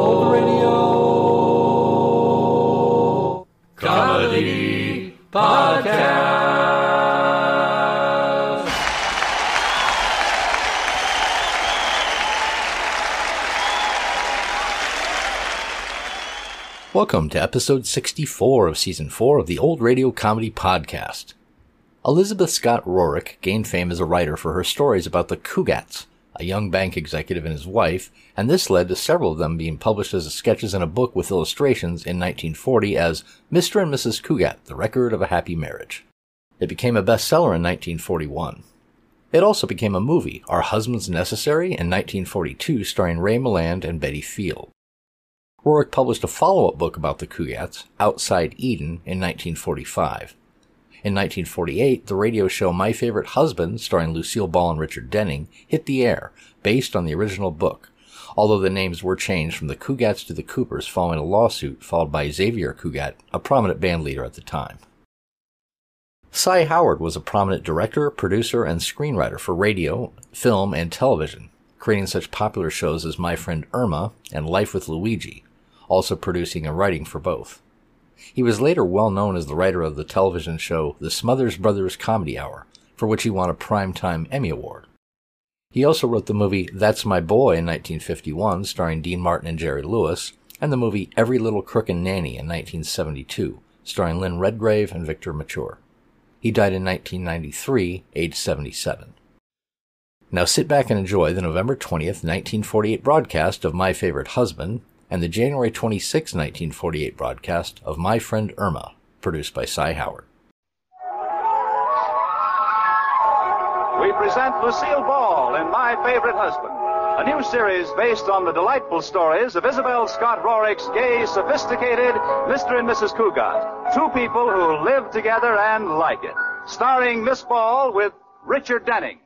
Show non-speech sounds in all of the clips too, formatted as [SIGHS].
Old radio. Comedy podcast. Welcome to episode 64 of season 4 of the Old Radio Comedy Podcast. Elizabeth Scott Rorick gained fame as a writer for her stories about the Cougats, a young bank executive and his wife, and this led to several of them being published as sketches in a book with illustrations in 1940 as Mr. and Mrs. Cougat, The Record of a Happy Marriage. It became a bestseller in 1941. It also became a movie, Are Husbands Necessary, in 1942, starring Ray Milland and Betty Field. Rorick published a follow-up book about the Cougats, Outside Eden, in 1945. In 1948, the radio show My Favorite Husband, starring Lucille Ball and Richard Denning, hit the air, based on the original book, although the names were changed from the Cougats to the Coopers following a lawsuit filed by Xavier Cougat, a prominent band leader at the time. Cy Howard was a prominent director, producer, and screenwriter for radio, film, and television, creating such popular shows as My Friend Irma and Life with Luigi, also producing and writing for both. He was later well known as the writer of the television show The Smothers Brothers Comedy Hour, for which he won a Primetime Emmy Award. He also wrote the movie That's My Boy in 1951, starring Dean Martin and Jerry Lewis, and the movie Every Little Crook and Nanny in 1972, starring Lynn Redgrave and Victor Mature. He died in 1993, age 77. Now sit back and enjoy the November 20th, 1948 broadcast of My Favorite Husband and the January 26, 1948 broadcast of My Friend Irma, produced by Cy Howard. we present Lucille Ball in My Favorite Husband, a new series based on the delightful stories of Isabel Scott Rorick's gay, sophisticated Mr. and Mrs. Cougat, two people who live together and like it. Starring Miss Ball with Richard Denning.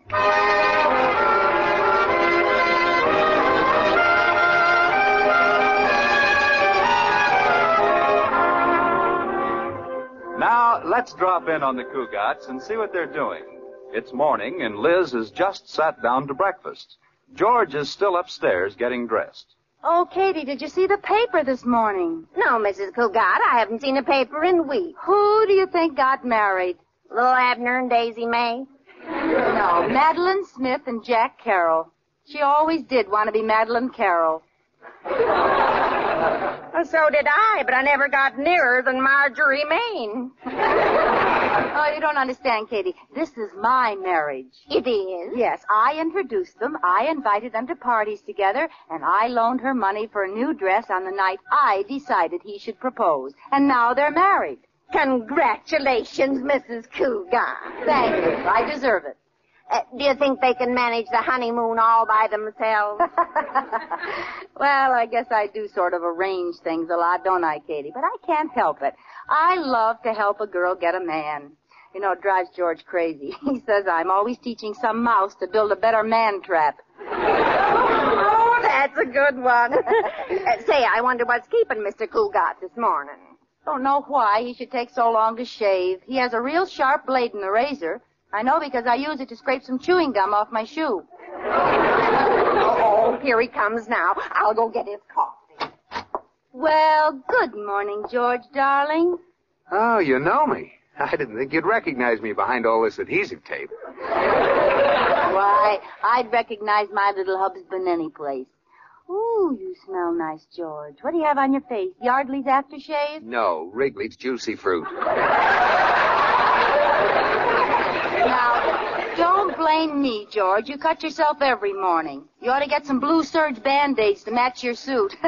Now, let's drop in on the Cougats and see what they're doing. It's morning, and Liz has just sat down to breakfast. George is still upstairs getting dressed. Oh, Katie, did you see the paper this morning? No, Mrs. Cougat, I haven't seen a paper in weeks. Who do you think got married? Lil Abner and Daisy May. No, Madeline Smith and Jack Carroll. She always did want to be Madeline Carroll. Well, so did I, but I never got nearer than Marjorie Main. Oh, you don't understand, Katie. This is my marriage. It is. Yes, I introduced them, I invited them to parties together, and I loaned her money for a new dress on the night I decided he should propose. And now they're married. Congratulations, Mrs. Cougat. Thank you. I deserve it. Uh, do you think they can manage the honeymoon all by themselves? well, I guess I do sort of arrange things a lot, don't I, Katie? But I can't help it. I love to help a girl get a man. You know, it drives George crazy. [LAUGHS] He says I'm always teaching some mouse to build a better man trap. oh, that's a good [LAUGHS] one. Uh, say, I wonder what's keeping Mr. Cougat this morning. Don't know why he should take so long to shave. He has a real sharp blade in the razor. I know because I use it to scrape some chewing gum off my shoe. Oh, here he comes now. I'll go get his coffee. Well, good morning, George, darling. Oh, you know me. [LAUGHS] I didn't think you'd recognize me behind all this adhesive tape. Why, I'd recognize my little husband any place. Ooh, you smell nice, George. What do you have on your face? Yardley's aftershave? No, Wrigley's juicy fruit. Now, don't blame me, George. You cut yourself every morning. You ought to get some blue serge band-aids to match your suit. [LAUGHS]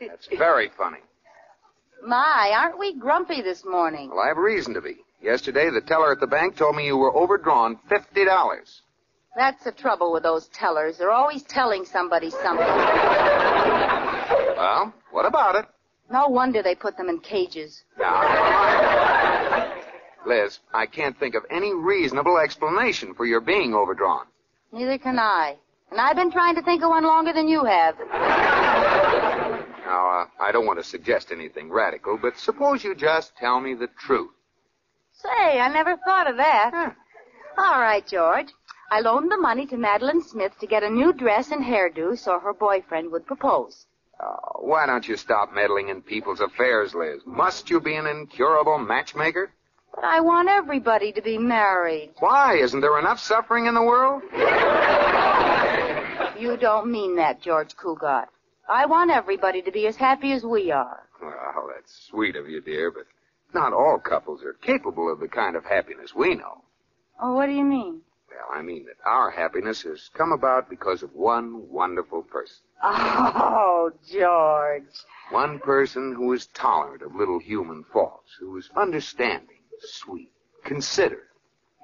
That's very funny. My, aren't we grumpy this morning? Well, I have reason to be. Yesterday, the teller at the bank told me you were overdrawn fifty dollars. That's the trouble with those tellers. They're always telling somebody something. Well, what about it? No wonder they put them in cages. Liz, I can't think of any reasonable explanation for your being overdrawn. Neither can I. And I've been trying to think of one longer than you have. Now, uh, I don't want to suggest anything radical, but suppose you just tell me the truth. Say, I never thought of that. All right, George. I loaned the money to Madeline Smith to get a new dress and hairdo so her boyfriend would propose. Oh, why don't you stop meddling in people's affairs, Liz? Must you be an incurable matchmaker? But I want everybody to be married. Why? Isn't there enough suffering in the world? You don't mean that, George Cougat. I want everybody to be as happy as we are. Well, that's sweet of you, dear, but not all couples are capable of the kind of happiness we know. Oh, what do you mean? [LAUGHS] Well, I mean that our happiness has come about because of one wonderful person. Oh, George. One person who is tolerant of little human faults, who is understanding, sweet, considerate,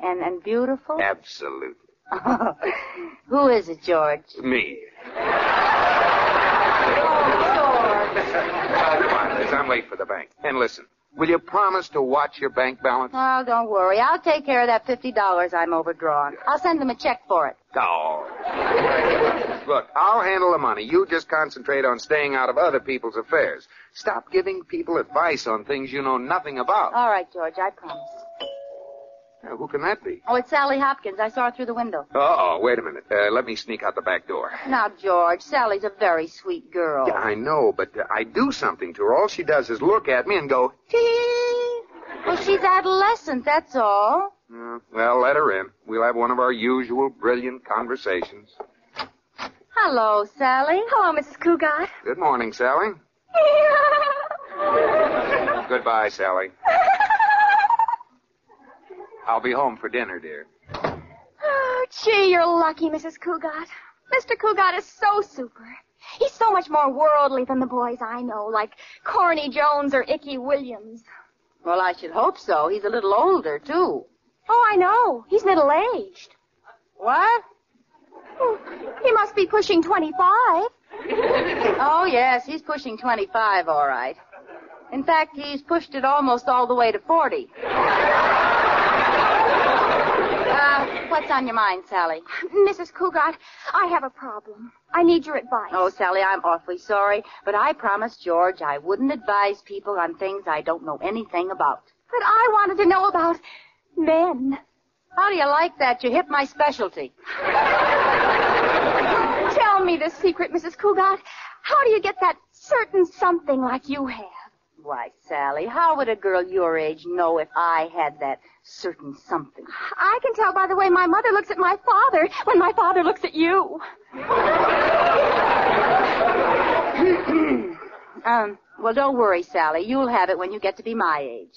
And and beautiful? [LAUGHS] absolutely. Who is it, George? Me. Oh, George. Uh, come on, Liz, I'm late for the bank. And listen, will you promise to watch your bank balance? Oh, don't worry. I'll take care of that fifty dollars I'm overdrawn. I'll send them a check for it. No. Look, I'll handle the money. You just concentrate on staying out of other people's affairs. Stop giving people advice on things you know nothing about. All right, George, I promise. Now, who can that be? Oh, it's Sally Hopkins. I saw her through the window. Oh, wait a minute. Uh, let me sneak out the back door. Now, George, Sally's a very sweet girl. [LAUGHS] Yeah, I know, but uh, I do something to her. All she does is look at me and go, Well, she's adolescent, that's all. "Uh, well, let her in. We'll have one of our usual brilliant conversations. Hello, Sally. Hello, Mrs. Cougat. Good morning, [LAUGHS] Sally. Goodbye, Sally. I'll be home for dinner, dear. Oh, gee, you're lucky, Mrs. Cougat. Mr. Cougat is so super. He's so much more worldly than the boys I know, like Corny Jones or Icky Williams. Well, I should hope so. He's a little older, too. Oh, I know. He's middle-aged. What? Oh, He must be pushing 25. Oh, yes, he's pushing 25, all right. In fact, he's pushed it almost all the way to 40. Uh, what's on your mind, Sally? Mrs. Cougat, I have a problem. I need your advice. Oh, Sally, I'm awfully sorry, but I promised George I wouldn't advise people on things I don't know anything about. But I wanted to know about men. How do you like that? You hit my specialty. [LAUGHS] Tell me the secret, Mrs. Cougat. How do you get that certain something like you have? Why, Sally, how would a girl your age know if I had that certain something? I can tell by the way my mother looks at my father when my father looks at you. [CLEARS THROAT] Um, well, don't worry, Sally. You'll have it when you get to be my age.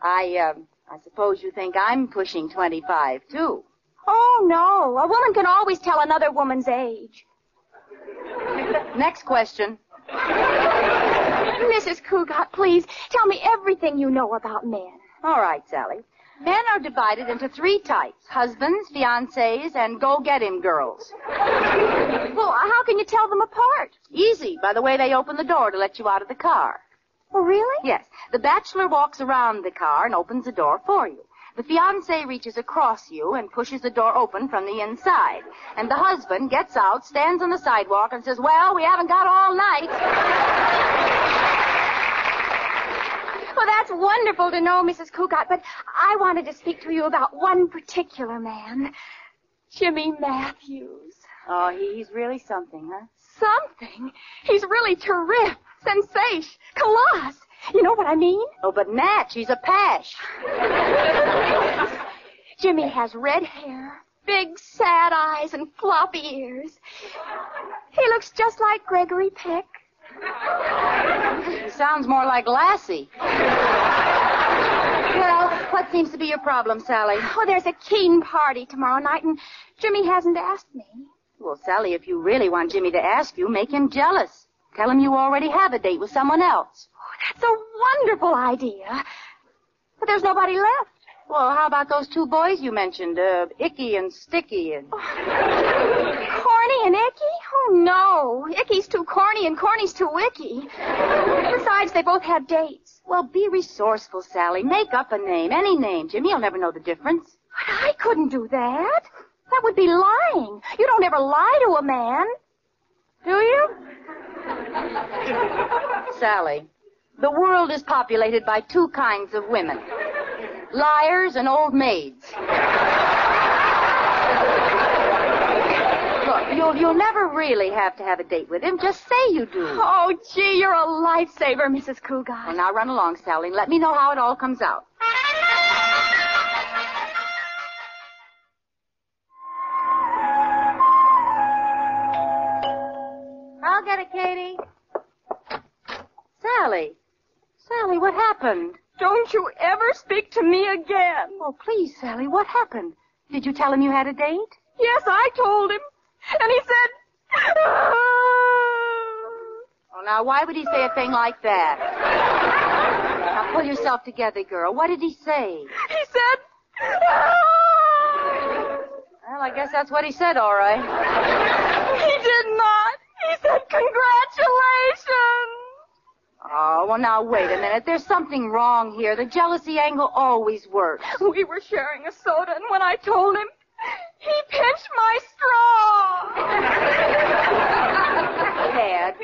I, um, I suppose you think I'm pushing 25, too. Oh, no. A woman can always tell another woman's age. Next question. Mrs. Cougat, please, tell me everything you know about men. All right, Sally. Men are divided into three types. Husbands, fiancés, and go-get-him girls. Well, how can you tell them apart? Easy, by the way they open the door to let you out of the car. Oh, really? Yes, the bachelor walks around the car and opens the door for you. The fiancé reaches across you and pushes the door open from the inside. And the husband gets out, stands on the sidewalk, and says, Well, we haven't got all night. Well, that's wonderful to know, Mrs. Cougat, but I wanted to speak to you about one particular man. Jimmy Matthews. Oh, he- he's really something, huh? Something. He's really terrific. Sensation. Coloss. You know what I mean? Oh, but Natch, he's a pash. Jimmy has red hair, big sad eyes, and floppy ears. He looks just like Gregory Peck. He sounds more like Lassie. well, what seems to be your problem, Sally? Oh, there's a keen party tomorrow night, and Jimmy hasn't asked me. Well, Sally, if you really want Jimmy to ask you, make him jealous. Tell him you already have a date with someone else. Oh, that's a wonderful idea. But there's nobody left. Well, how about those two boys you mentioned, uh, Icky and Sticky and... Oh, Corny and Icky? Oh, no. Icky's too corny, and Corny's too icky. Besides, they both have dates. Well, be resourceful, Sally. Make up a name, any name. Jimmy'll never know the difference. But I couldn't do that. That would be lying. You don't ever lie to a man. Do you? Sally, the world is populated by two kinds of women liars and old maids. Look, you'll, you'll never really have to have a date with him. Just say you do. Oh, gee, you're a lifesaver, Mrs. Well, Cougar. now run along, Sally, and let me know how it all comes out. I'll get it, Katie. Sally. Sally, what happened? Don't you ever speak to me again. Oh, please, Sally, what happened? Did you tell him you had a date? Yes, I told him. And he said, "Ah." Oh, now, why would he say a thing like that? now, pull yourself together, girl. What did he say? he "Ah." said, Well, I guess that's what he said, all right. he did not. He said, congratulations. Oh, well, now, wait a minute. There's something wrong here. The jealousy angle always works. [LAUGHS] We were sharing a soda, and when I told him, he pinched my [LAUGHS] straw. Dad.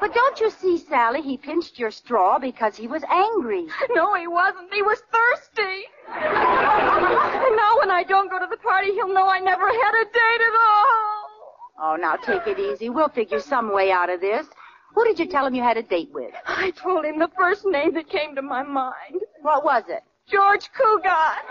But don't you see, Sally, he pinched your straw because he was angry. [LAUGHS] no, he wasn't. He was thirsty. and now when I don't go to the party, he'll know I never had a date at all. Oh, now, take it easy. We'll figure some way out of this. Who did you tell him you had a date with? I told him the first name that came to my mind. What was it? George [LAUGHS] Cougat.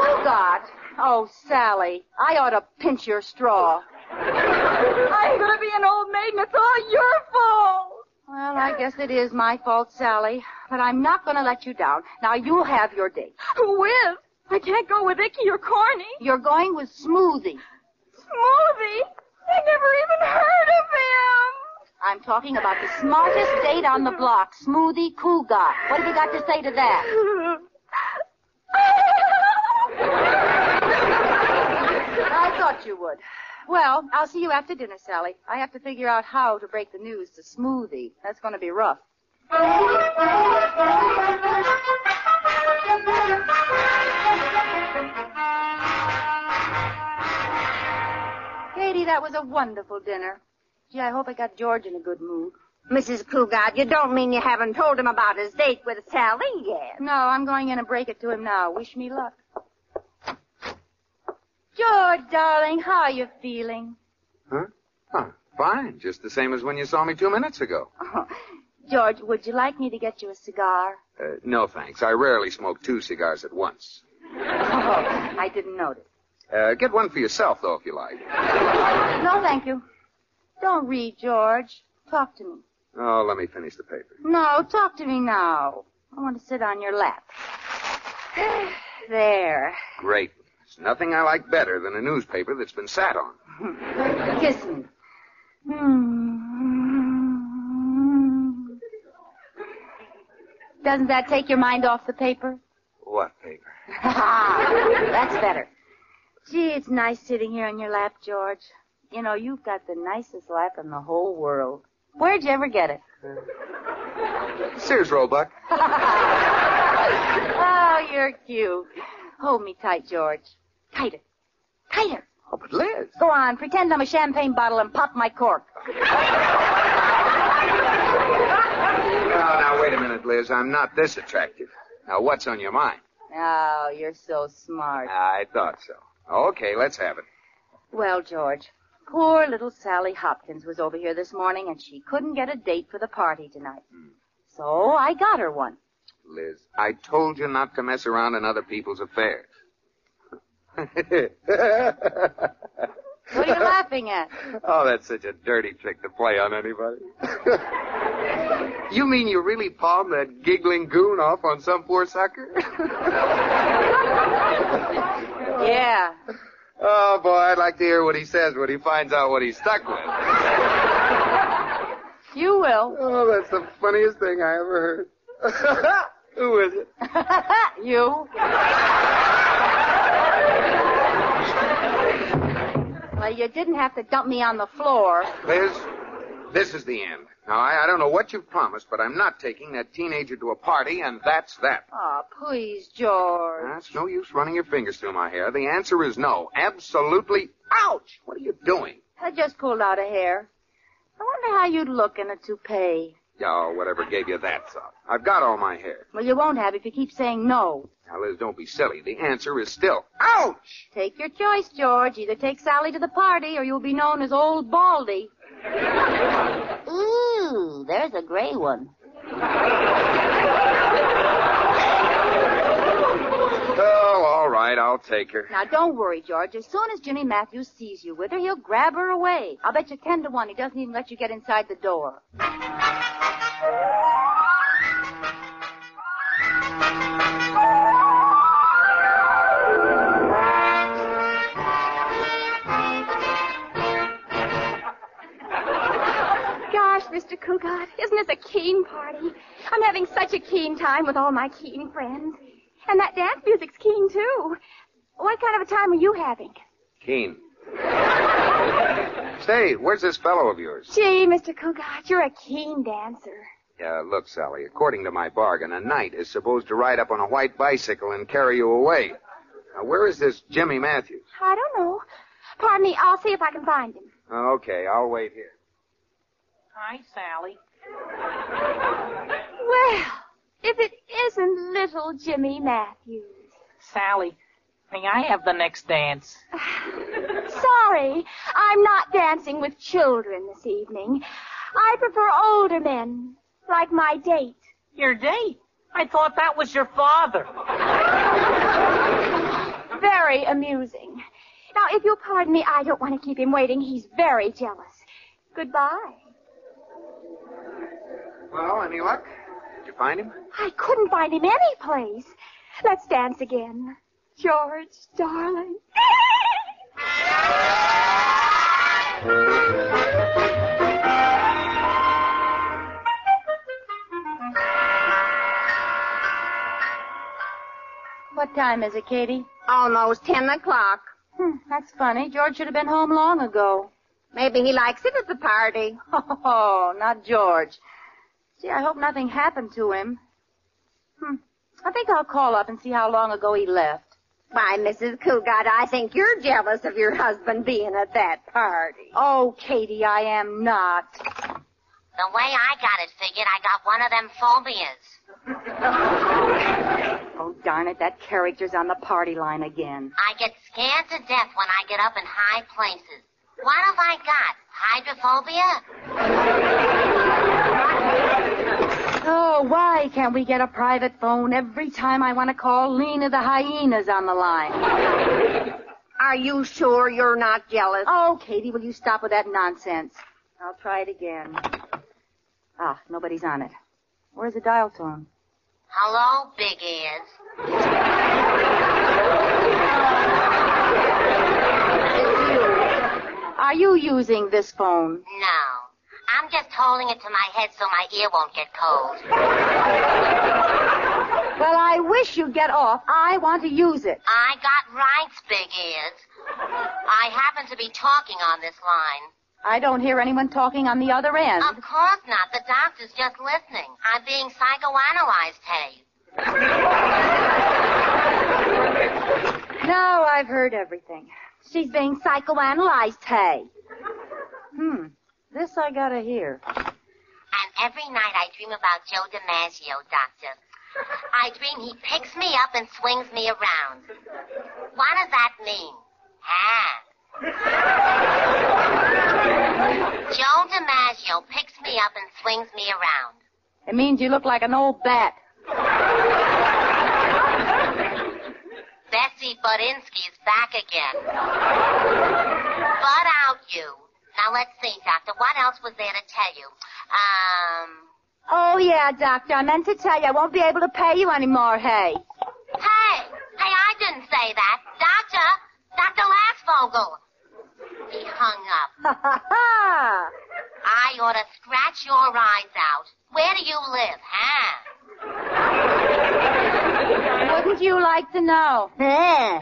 Who got? Oh, Sally, I ought to pinch your straw. I'm gonna be an old maid, and it's all your fault. Well, I guess it is my fault, Sally, but I'm not going to let you down. Now, you have your date. Who is? I can't go with Icky or Corny. You're going with Smoothie. Smoothie? I never even heard of him. I'm talking about the smartest date on the block, Smoothie Cougar. What have you got to say to that? I thought you would. Well, I'll see you after dinner, Sally. I have to figure out how to break the news to Smoothie. That's going to be rough. Katie, that was a wonderful dinner. Gee, I hope I got George in a good mood. Mrs. Cougard, you don't mean you haven't told him about his date with Sally yet. No, I'm going in and break it to him now. Wish me luck. George, darling, how are you feeling? Huh? Huh. Fine. Just the same as when you saw me two minutes ago. George, would you like me to get you a cigar? Uh, no, thanks. I rarely smoke two cigars at once. Oh, I didn't notice. Uh, get one for yourself, though, if you like. No, thank you. Don't read, George. Talk to me. Oh, let me finish the paper. No, talk to me now. I want to sit on your lap. [SIGHS] There. Great. There's nothing I like better than a newspaper that's been sat on. Kiss me. Hmm. Doesn't that take your mind off the paper? What paper? That's better. Gee, it's nice sitting here on your lap, George. You know, you've got the nicest lap in the whole world. Where'd you ever get it? Sears Roebuck. Oh, you're cute. Hold me tight, George. Tighter. Tighter. Oh, but Liz. Go on, pretend I'm a champagne bottle and pop my cork. Oh, now, wait a minute, Liz. I'm not this attractive. Now, what's on your mind? Oh, you're so smart. I thought so. Okay, let's have it. Well, George, poor little Sally Hopkins was over here this morning and she couldn't get a date for the party tonight. Hmm. So I got her one. Liz, I told you not to mess around in other people's affairs. [LAUGHS] What [LAUGHS] are you laughing at? Oh, that's such a dirty trick to play on anybody. [LAUGHS] you mean you really palmed that giggling goon off on some poor sucker? Yeah. oh, boy, I'd like to hear what he says when he finds out what he's stuck with. You will. Oh, that's the funniest [LAUGHS] thing I ever heard. Who is it? [LAUGHS] you. Well, you didn't have to dump me on the floor. Liz, this is the end. Now, I, I don't know what you've promised, but I'm not taking that teenager to a party, and that's that. Oh, please, George. That's no use running your fingers through my hair. The answer is no. Absolutely. Ouch! What are you doing? I just pulled out a hair. I wonder how you'd look in a toupee. Oh, whatever gave you that thought. I've got all my hair. Well, you won't have if you keep saying no. Now, Liz, don't be silly. The answer is still. Ouch! Take your choice, George. Either take Sally to the party or you'll be known as Old Baldy. Ooh, Hmm, there's a gray one. Oh, all right, I'll take her. Now, don't worry, George. As soon as Jimmy Matthews sees you with her, he'll grab her away. I'll bet you 10 to 1 he doesn't even let you get inside the door. Gosh, Mr. Cougat, isn't this a keen party? I'm having such a keen time with all my keen friends. And that dance music's keen, too. What kind of a time are you having? Keen. [LAUGHS] Say, where's this fellow of yours? Gee, Mr. Cougat, you're a keen dancer. Yeah, look, Sally, according to my bargain, a knight is supposed to ride up on a white bicycle and carry you away. Now, where is this Jimmy Matthews? I don't know. Pardon me, I'll see if I can find him. Oh, okay, I'll wait here. Hi, Sally. Well, if it isn't little Jimmy Matthews. Sally, may I have the next dance? Sorry, I'm not dancing with children this evening. I prefer older men, like my date. Your date? I thought that was your father. Very amusing. Now, if you'll pardon me, I don't want to keep him waiting. He's very jealous. Goodbye. Well, any luck? Did you find him? I couldn't find him any place. Let's dance again. George, darling. What time is it, Katie? Almost ten o'clock. Hmm, that's funny. George should have been home long ago. Maybe he likes it at the party. [LAUGHS] Oh, not George. Gee, I hope nothing happened to him. Hmm. I think I'll call up and see how long ago he left. Why, Mrs. Cougat, I think you're jealous of your husband being at that party. Oh, Katie, I am not. The way I got it figured, I got one of them phobias. Oh, darn it, that character's on the party line again. I get scared to death when I get up in high places. What have I got? Hydrophobia? Oh, why can't we get a private phone every time I want to call Lena the hyena's on the line? Are you sure you're not jealous? Oh, Katie, will you stop with that nonsense? I'll try it again. Ah, nobody's on it. Where's the dial tone? Hello, big ears. Are you using this phone? No. I'm just holding it to my head so my ear won't get cold. Well, I wish you'd get off. I want to use it. I got rights, big ears. I happen to be talking on this line. I don't hear anyone talking on the other end. Of course not. The doctor's just listening. I'm being psychoanalyzed, hey. No, I've heard everything. She's being psychoanalyzed, hey. Hmm. This I gotta hear. And every night I dream about Joe DiMaggio, Doctor. I dream he picks me up and swings me around. What does that mean? Ah. Joe DiMaggio picks me up and swings me around. It means you look like an old bat. Bessie Budinsky's back again. Butt out, you. Now let's see, Doctor. What else was there to tell you? Um. Oh, yeah, Doctor. I meant to tell you I won't be able to pay you anymore, hey. Hey, hey, I didn't say that. Doctor, Dr. Lassvogel. He hung up. Ha ha ha! I ought to scratch your eyes out. Where do you live, huh? Wouldn't you like to know? Eh.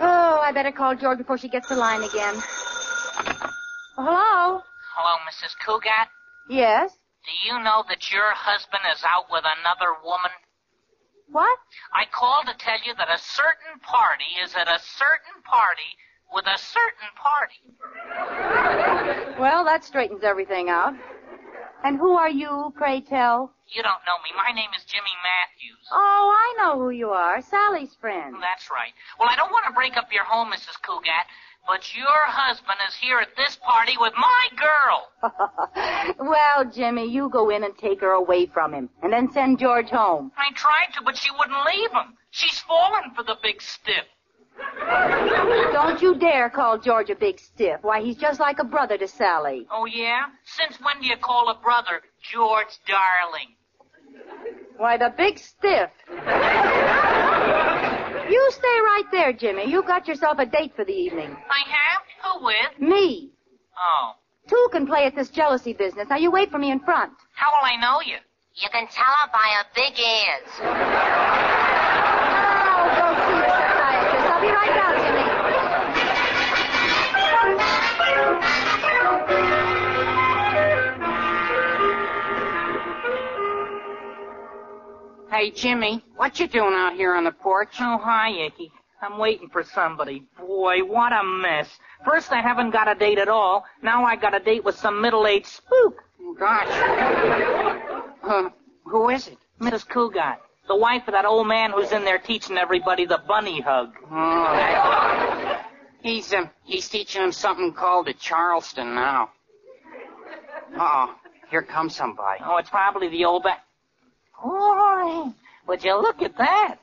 Oh, I better call George before she gets the line again. Hello? Hello, Mrs. Cougat. Yes? Do you know that your husband is out with another woman? What? I called to tell you that a certain party is at a certain party with a certain party. Well, that straightens everything out. And who are you, pray tell? You don't know me. My name is Jimmy Matthews. Oh, I know who you are. Sally's friend. That's right. Well, I don't want to break up your home, Mrs. Cougat, but your husband is here at this party with my girl. [LAUGHS] Well, Jimmy, you go in and take her away from him, and then send George home. I tried to, but she wouldn't leave him. She's fallen for the big stiff. Don't you dare call George a big stiff. Why, he's just like a brother to Sally. Oh, yeah? Since when do you call a brother George Darling? Why, the big stiff. You stay right there, Jimmy. You got yourself a date for the evening. I have? Who with? Me. Oh. Two can play at this jealousy business. Now you wait for me in front. How will I know you? You can tell her by her big ears. I'll be right down, Jimmy. Hey, Jimmy, what you doing out here on the porch? Oh, hi, Icky. I'm waiting for somebody. Boy, what a mess. First, I haven't got a date at all. Now I got a date with some middle-aged spook. Oh, gosh. Huh, who is it? Mrs. Cougat, the wife of that old man who's in there teaching everybody the bunny hug. He's um, he's teaching him something called a Charleston now. Uh-oh. Here comes somebody. Oh, it's probably the old ba- Boy, would you look at that?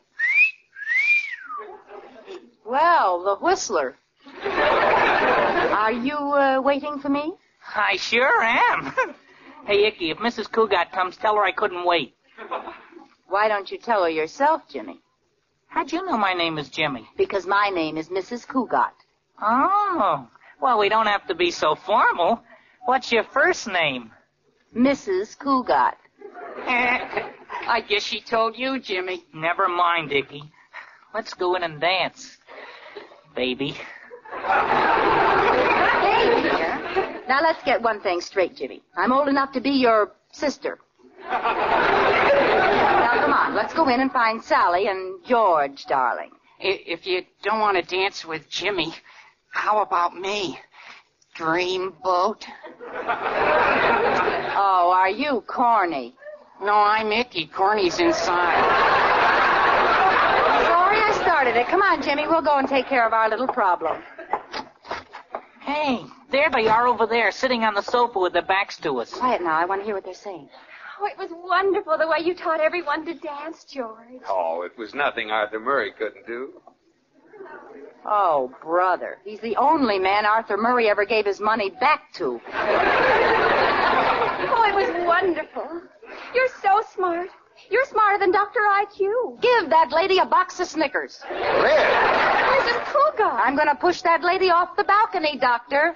Well, the whistler. Are you uh, waiting for me? I sure am. [LAUGHS] hey, Icky, if Mrs. Cougat comes, tell her I couldn't wait. Why don't you tell her yourself, Jimmy? How'd you know my name is Jimmy? Because my name is Mrs. Cougat. Oh, well, we don't have to be so formal. What's your first name? Mrs. Cougat. I guess she told you, Jimmy. Never mind, Icky. Let's go in and dance, baby. Hey, dear. Now let's get one thing straight, Jimmy. I'm old enough to be your sister. now come on, let's go in and find Sally and George, darling. I- If you don't want to dance with Jimmy, how about me? Dreamboat? Oh, are you corny? No, I'm Icky. Corny's inside. Sorry I started it. Come on, Jimmy, we'll go and take care of our little problem. Hey, there they are over there, sitting on the sofa with their backs to us. Quiet now, I want to hear what they're saying. Oh, it was wonderful the way you taught everyone to dance, George. Oh, it was nothing Arthur Murray couldn't do. Oh, brother. He's the only man Arthur Murray ever gave his money back to. Oh, it was wonderful. You're so smart. You're smarter than Dr. IQ. Give that lady a box of Snickers. Mrs. Cougar. I'm going to push that lady off the balcony, Doctor.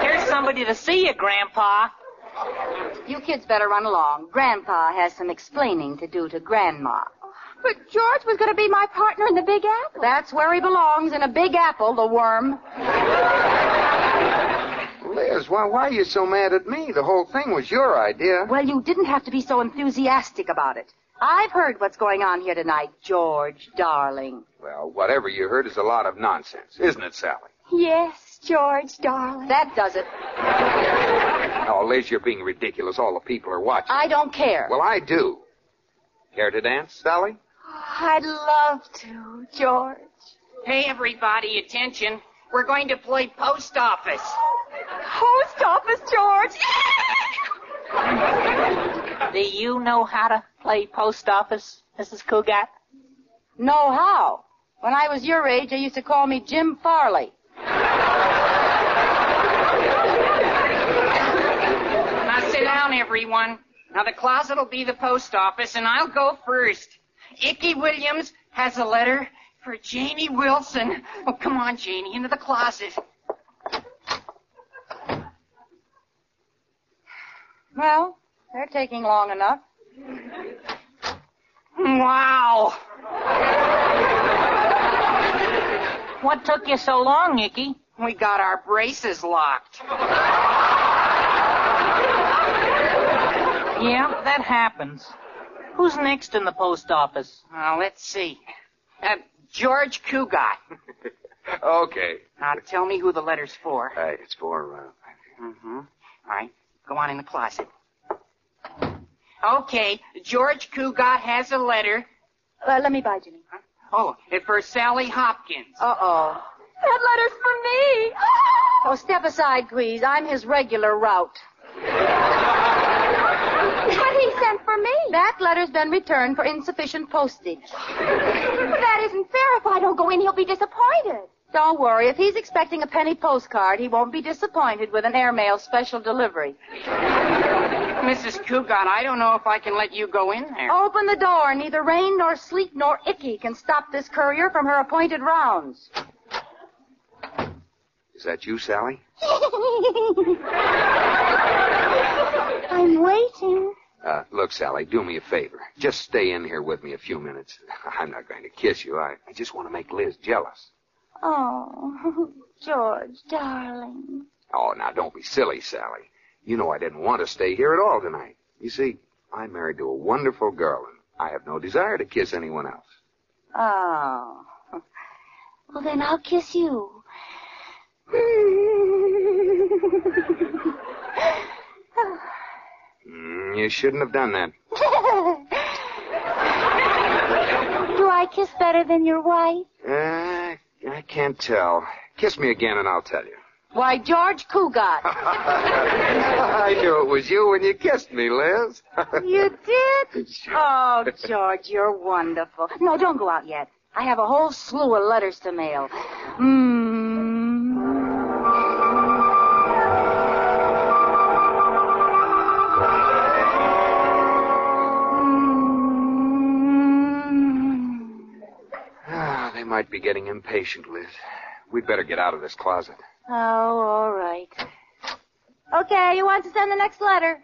There's somebody to see you, Grandpa. You kids better run along. Grandpa has some explaining to do to Grandma. But George was going to be my partner in the Big Apple. That's where he belongs, in a big apple, the worm. Liz, why, why are you so mad at me? The whole thing was your idea. Well, you didn't have to be so enthusiastic about it. I've heard what's going on here tonight, George, darling. Well, whatever you heard is a lot of nonsense, isn't it, Sally? Yes, George, darling. That does it. Oh, Liz, you're being ridiculous. All the people are watching. I don't care. Well, I do. Care to dance, Sally? I'd love to, George. Pay everybody attention. We're going to play post office. Post office, [LAUGHS] George. Do you know how to play post office, Mrs. Cougat? No how. When I was your age, they used to call me Jim Farley. Now sit down, everyone. Now the closet will be the post office, and I'll go first. Icky Williams has a letter for Janie Wilson. Oh, come on, Janie, into the closet. Well, they're taking long enough. Oh. Wow. What took you so long, Icky? We got our braces locked. Yeah, that happens. Who's next in the post office? Uh, let's see. Uh, George Cougat. Okay. Now tell me who the letter's for. Hey, it's for, uh, Mm-hmm. All right. Go on in the closet. Okay, George Cougat has a letter. Uh, let me buy Jimmy. Oh, it's for Sally Hopkins. Uh-oh. That letter's for [LAUGHS] me. Oh, step aside, Guise. I'm his regular route. but he sent for me. That letter's been returned for insufficient postage. But that isn't fair. If I don't go in, he'll be disappointed. Don't worry. If he's expecting a penny postcard, he won't be disappointed with an airmail special delivery. Mrs. Cougat, I don't know if I can let you go in there. Open the door. Neither rain nor sleet nor icky can stop this courier from her appointed rounds. is that you, Sally? [LAUGHS] I'm waiting. Uh, look, Sally, do me a favor. Just stay in here with me a few minutes. [LAUGHS] I'm not going to kiss you. I, I just want to make Liz jealous. [LAUGHS] Oh, [LAUGHS] George, darling. Oh, now don't be silly, Sally. You know I didn't want to stay here at all tonight. You see, I'm married to a wonderful girl, and I have no desire to kiss anyone else. Oh. Well, then I'll [LAUGHS] kiss you. Mm, you shouldn't have done that. Do I kiss better than your wife? Uh, I can't tell. Kiss me again, and I'll tell you. Why, George Cougat. I knew it was you when you kissed me, Liz. [LAUGHS] [LAUGHS] you did? Oh, George, you're wonderful. No, don't go out yet. I have a whole slew of letters to mail. Ah, they might be getting impatient, Liz. We'd better get out of this closet. Oh, all right. Okay, you want to send the next letter?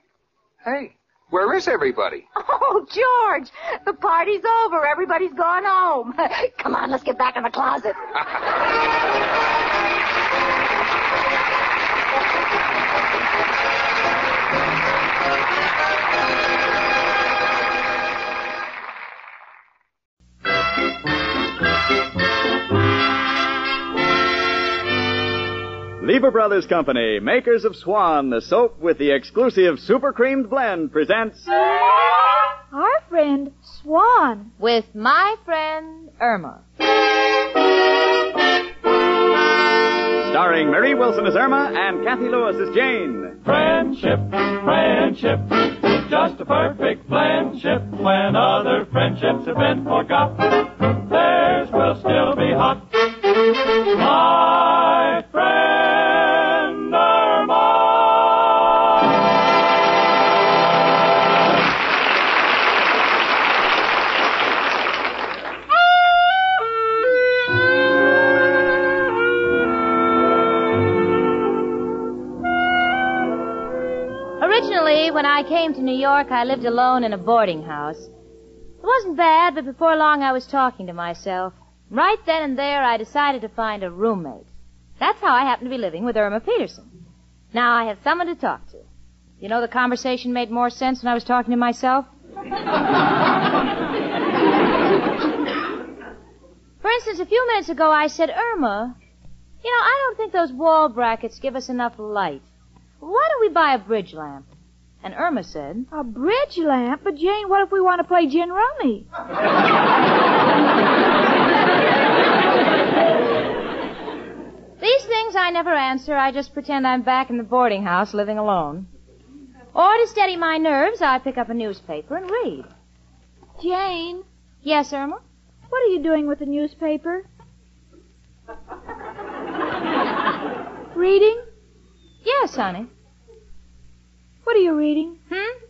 Hey. Where is everybody? Oh, George, the party's over. Everybody's gone home. [LAUGHS] Come on, let's get back in the closet. Lever Brothers Company, makers of Swan, the soap with the exclusive super creamed blend, presents Our friend Swan. With my friend Irma. starring Mary Wilson as Irma and Kathy Lewis as Jane. Friendship, friendship, just a perfect friendship. When other friendships have been forgot, theirs will still be hot. My friend Irma. Originally, when I came to New York, I lived alone in a boarding house. It wasn't bad, but before long I was talking to myself. Right then and there, I decided to find a roommate. That's how I happened to be living with Irma Peterson. Now I have someone to talk to. You know, the conversation made more sense when I was talking to myself. For instance, a few minutes ago I said, Irma, you know, I don't think those wall brackets give us enough light. Why don't we buy a bridge lamp? And Irma said, A bridge lamp? But Jane, what if we want to play gin rummy? These things I never answer. I just pretend I'm back in the boarding house living alone. Or to steady my nerves, I pick up a newspaper and read. Jane? Yes, Irma? What are you doing with the newspaper? Reading? Yes, honey. What are you reading? Hmm?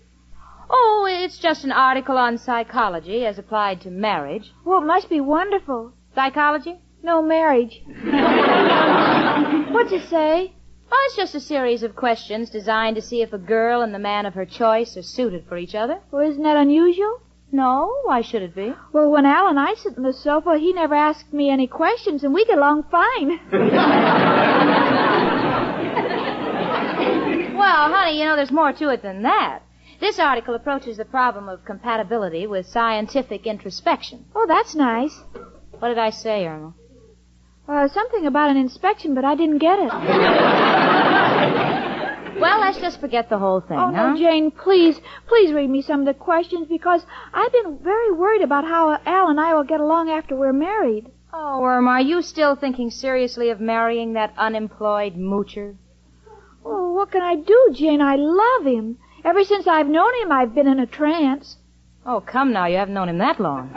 Oh, it's just an article on psychology as applied to marriage. Well, it must be wonderful. Psychology? No [LAUGHS] marriage. What's it say? Oh, it's just a series of questions designed to see if a girl and the man of her choice are suited for each other. Well, isn't that unusual? No, why should it be? Well, when Al and I sit on the sofa, he never asked me any questions, and we get along [LAUGHS] fine. Well, honey, you know, there's more to it than that. This article approaches the problem of compatibility with scientific introspection. oh, that's nice. What did I say, Irma? Uh, something about an inspection, but I didn't get it. Well, let's just forget the whole thing, Oh, huh? no, Jane, please, please read me some of the questions because I've been very worried about how Al and I will get along after we're married. Oh, Irma, are you still thinking seriously of marrying that unemployed moocher? Oh, what can I do, Jane? I love him. Ever since I've known him, I've been in a trance. Oh, come now, you haven't known him that long.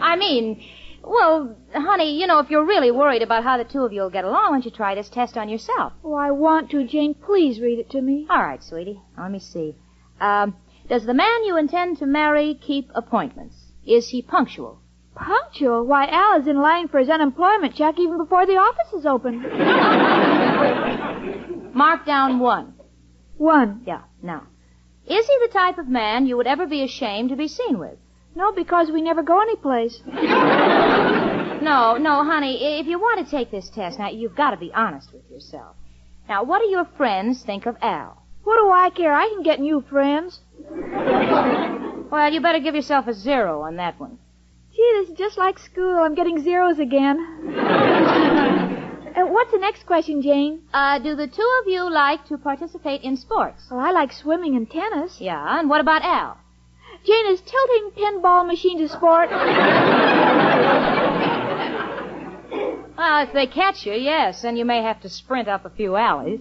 I mean, well, honey, you know, if you're really worried about how the two of you will get along, why don't you try this test on yourself? Oh, I want to, Jane. Please read it to me. All right, sweetie. Let me see. Um, does the man you intend to marry keep appointments? Is he punctual? Punctual? Why, Al is in line for his unemployment check even before the [LAUGHS] office is open. [LAUGHS] Mark down one. One. Yeah, now. Is he the type of man you would ever be ashamed to be seen with? No, because we never go anyplace. [LAUGHS] No, no, honey. i- If you want to take this test, now you've got to be honest with yourself. Now, what do your friends think of Al? What do I care? I can get new friends. [LAUGHS] Well, you better give yourself a zero on that one. Gee, this is just like school. I'm getting zeros again. [LAUGHS] and what's the next question, Jane? Uh, do the two of you like to participate in sports? Well, Oh, I like swimming and tennis. Yeah, and what about Al? Jane, is tilting pinball machines a sport? Well, if they catch you, yes, then you may have to sprint up a few alleys.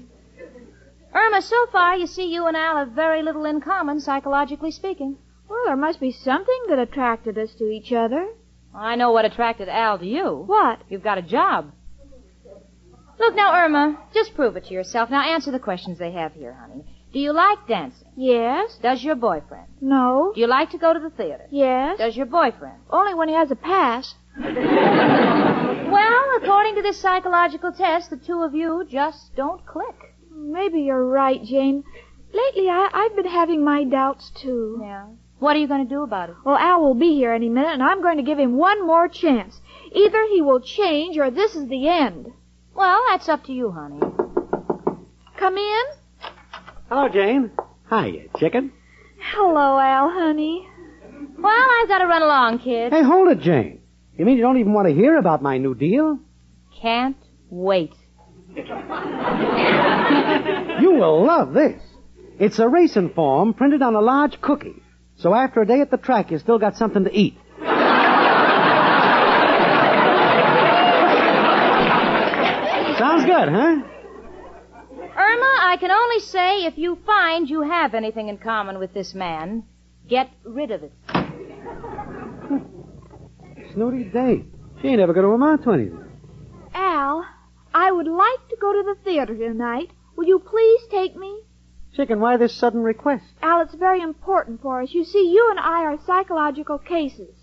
Irma, so far, you see, you and Al have [LAUGHS] very little in common, psychologically speaking. well, there must be something that attracted us to each other. I know what attracted Al to you. What? You've got a job. Look now, Irma, just prove it to yourself. Now answer the questions they have here, honey. Do you like dancing? Yes. Does your boyfriend? No. Do you like to go to the theater? Yes. Does your boyfriend? Only when he has a pass. Well, according to this psychological test, the two of you just don't click. Maybe you're right, Jane. Lately, I, I've been having my doubts, too. Yeah. What are you going to do about it? Well, Al will be here any minute, and I'm going to give him one more chance. Either he will change, or this is the end. Well, that's up to you, honey. Come in. Hello, Jane. Hiya, uh, chicken. Hello, Al, honey. Well, I've got to run along, kid. Hey, hold it, Jane. You mean you don't even want to hear about my new deal? Can't wait. You will love this. It's a racing form printed on a large cookie. So after a day at the track, you still got something to eat. Sounds good, huh? Irma, I can only say if you find you have anything in common with this man, get rid of it. Snooty day. She ain't ever going to amount to anything. Al, I would like to go to the theater tonight. Will you please take me? Chicken, why this sudden request? Al, it's very important for us. You see, you and I are psychological cases.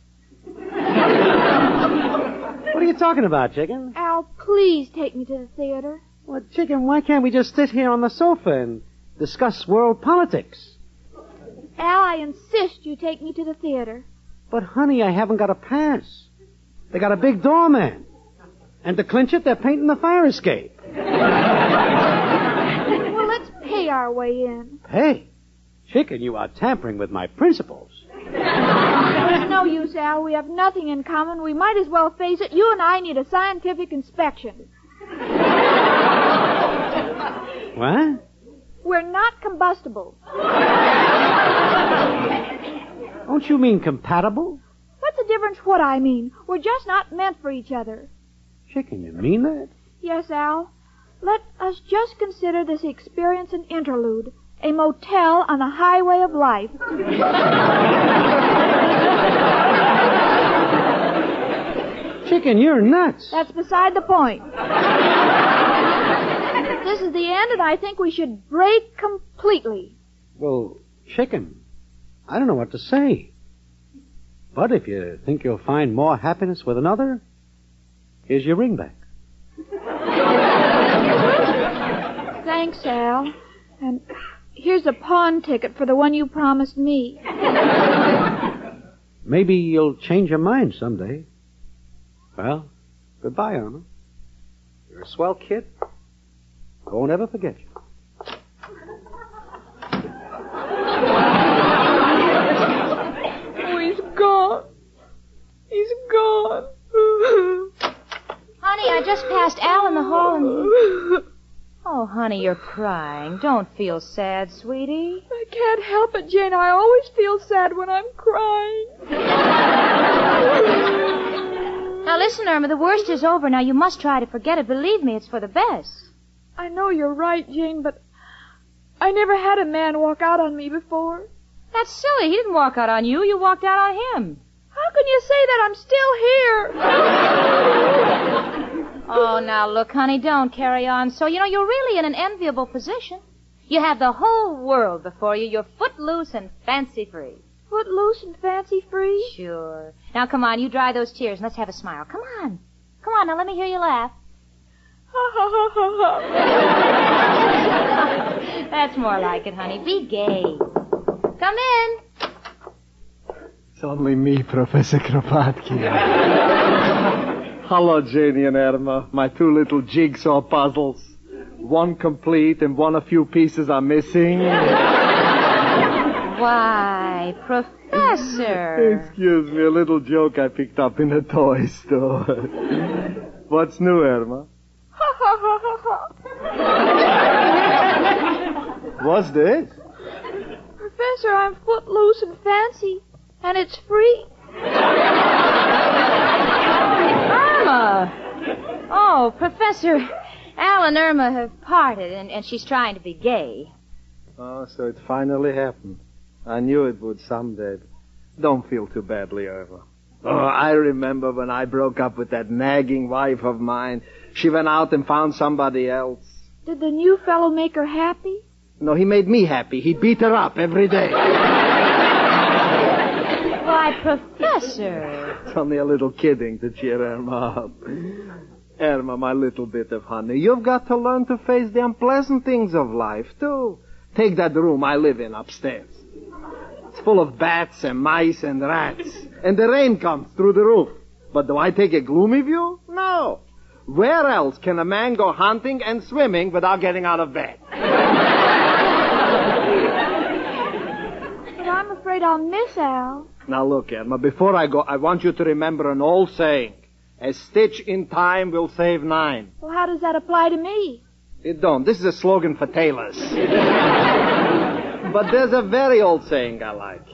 What are you talking about, Chicken? Al, please take me to the theater. Well, Chicken, why can't we just sit here on the sofa and discuss world politics? Al, I insist you take me to the theater. But, honey, I haven't got a pass. They got a big doorman. And to clinch it, they're painting the fire escape. Well, let's pay our way in. Hey, Chicken, you are tampering with my principles. There's no use, Al. We have nothing in common. We might as well face it. You and I need a scientific inspection. What? We're not combustible. Don't you mean compatible? What's the difference what I mean? We're just not meant for each other. Chicken, you mean that? Yes, Al. Let us just consider this experience an interlude, a motel on the highway of life. [LAUGHS] Chicken, you're nuts. That's beside the point. this is the end, and I think we should break completely. [LAUGHS] Well, Chicken, I don't know what to say. But if you think you'll find more happiness with another, here's your ring back. Thanks, Al. And here's a pawn ticket for the one you promised me. Maybe you'll change your mind someday. Well, goodbye, Irma. You're a swell kid. I won't ever forget you. Oh, he's gone. He's gone. I just passed Al in the hall and he... Oh, honey, you're crying. Don't feel sad, sweetie. I can't help it, Jane. I always feel sad when I'm crying. Now listen, Irma, the worst is over. Now you must try to forget it. Believe me, it's for the best. I know you're right, Jane, but I never had a man walk out on me before. That's silly. He didn't walk out on you. You walked out on him. How can you say that? I'm still here. Oh, now look, honey, don't carry on. So, you know, you're really in an enviable position. You have the whole world before you. You're footloose and fancy free. Footloose and [LAUGHS] fancy free? Sure. Now, come on, you dry those tears and let's have a smile. Come on. Come on, now let me hear you laugh. Ha ha ha ha ha. That's more like it, honey. Be gay. Come in. It's only me, Professor Kropotkin. Hello, Janie and Irma, my two little jigsaw puzzles. One complete and one a few pieces are missing. Why, Professor. Excuse me, a little joke I picked up in a toy store. What's new, Irma? What's this? Professor, I'm footloose and fancy, and it's free. Irma! Oh, Professor, Al and Irma have parted, and, and she's trying to be gay. Oh, so it finally happened. I knew it would someday. Don't feel too badly, Irma. Oh, I remember when I broke up with that nagging wife of mine. She went out and found somebody else. Did the new fellow make her happy? No, he made me happy. He beat her up every day. [LAUGHS] Why, Professor. It's only a little kidding to cheer Irma [LAUGHS] up. Irma, my little bit of honey, you've got to learn to face the unpleasant things of life, too. Take that room I live in upstairs. It's full of bats and mice and rats. And the rain comes through the roof. But do I take a gloomy view? No. Where else can a man go hunting and swimming without getting out of bed? But I'm afraid I'll miss Al. Now look, Irma, before I go, I want you to remember an old saying. A stitch in time will save nine. Well, how does that apply to me? It don't. This is a slogan for tailors. but there's a very old saying I like.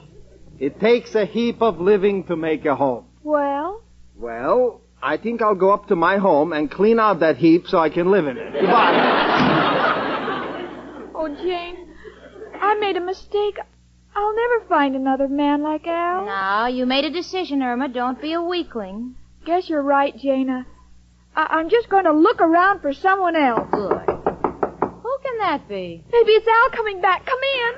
It takes a heap of living to make a home. Well? Well, I think I'll go up to my home and clean out that heap so I can live in it. Goodbye. oh, Jane, I made a mistake. I'll never find another man like Al. Now, you made a decision, Irma. Don't be a weakling. Guess you're right, Jana. I- am just going to look around for someone else. Good. Who can that be? Maybe it's Al coming back. Come in.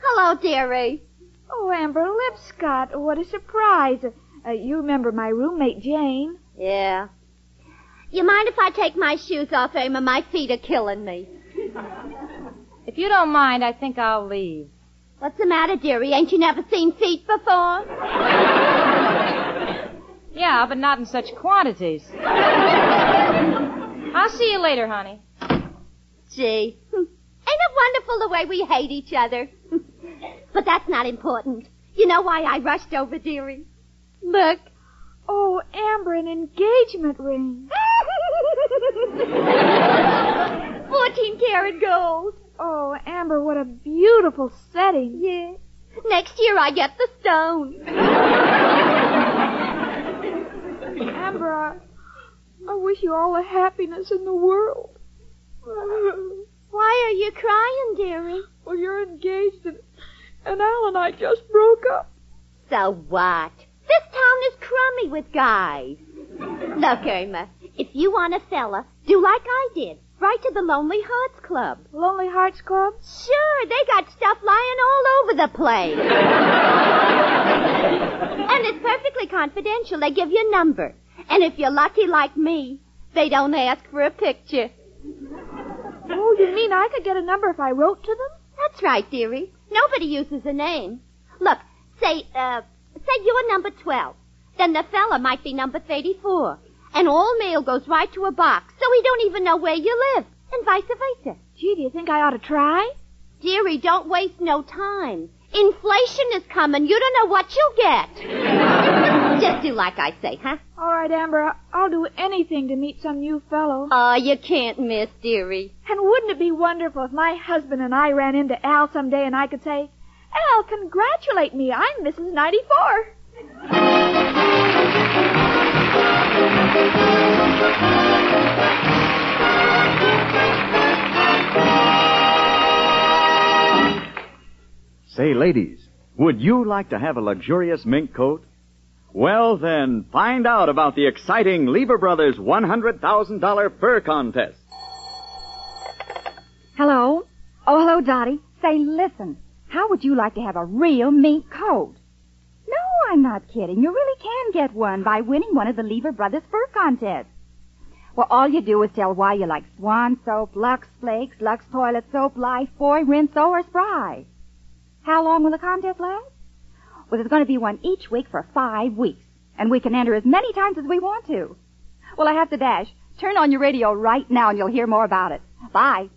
Hello, dearie. Oh, Amber Lipscott, what a surprise. Uh, you remember my roommate, Jane. Yeah. You mind if I take my shoes off, Emma? My feet are killing me. if you don't mind, I think I'll leave. What's the matter, dearie? Ain't you never seen feet before? [LAUGHS] yeah, but not in such quantities. [LAUGHS] I'll see you later, honey. Gee, [LAUGHS] ain't it wonderful the way we hate each other? [LAUGHS] but that's not important. You know why I rushed over, dearie? Look. Oh, Amber, an engagement [GASPS] ring. [LAUGHS] [LAUGHS] 14 karat gold. Oh, Amber, what a beautiful setting. Yeah. Next year I get the stone. [LAUGHS] Amber, I, I wish you all the happiness in the world. Why are you crying, dearie? Well, you're engaged and, and Al and I just broke up. So what? This town is crummy with guys. Look, Irma, if you want a fella, do like I did. Right to the Lonely Hearts Club. Lonely Hearts Club? Sure, they got stuff lying all over the place. and it's perfectly confidential. They give you a number. And if you're lucky like me, they don't ask for a picture. Oh, you mean I could get a number if I wrote to them? That's right, dearie. Nobody uses a name. Look, say, uh, say you're number 12. Then the fella might be number 34 and all mail goes right to a box, so we don't even know where you live, and vice versa. Gee, do you think I ought to try? Dearie, [LAUGHS] don't waste no time. Inflation is coming. You don't know what you'll get. Just do like I say, huh? All right, Amber, I- I'll do anything to meet some new fellow. Oh, you can't miss, dearie. And wouldn't it be wonderful if my husband and I ran into Al someday and I could say, Al, congratulate me, I'm Mrs. 94. Say, ladies, would you like to have a luxurious mink coat? Well, then, find out about the exciting Lieber Brothers $100,000 fur contest. Hello? Oh, hello, Dottie. Say, listen, how would you like to have a real mink coat? No, I'm not kidding. You really can get one by winning one of the Lever Brothers fur contests. Well, all you do is tell why you like Swan soap, Lux Flakes, Lux toilet soap, Life Boy, Rinse O, or Spry. How long will the contest last? Well, there's going to be one each week for five weeks, and we can enter as many times as we want to. Well, I have to dash. Turn on your radio right now, and you'll hear more about it. Bye.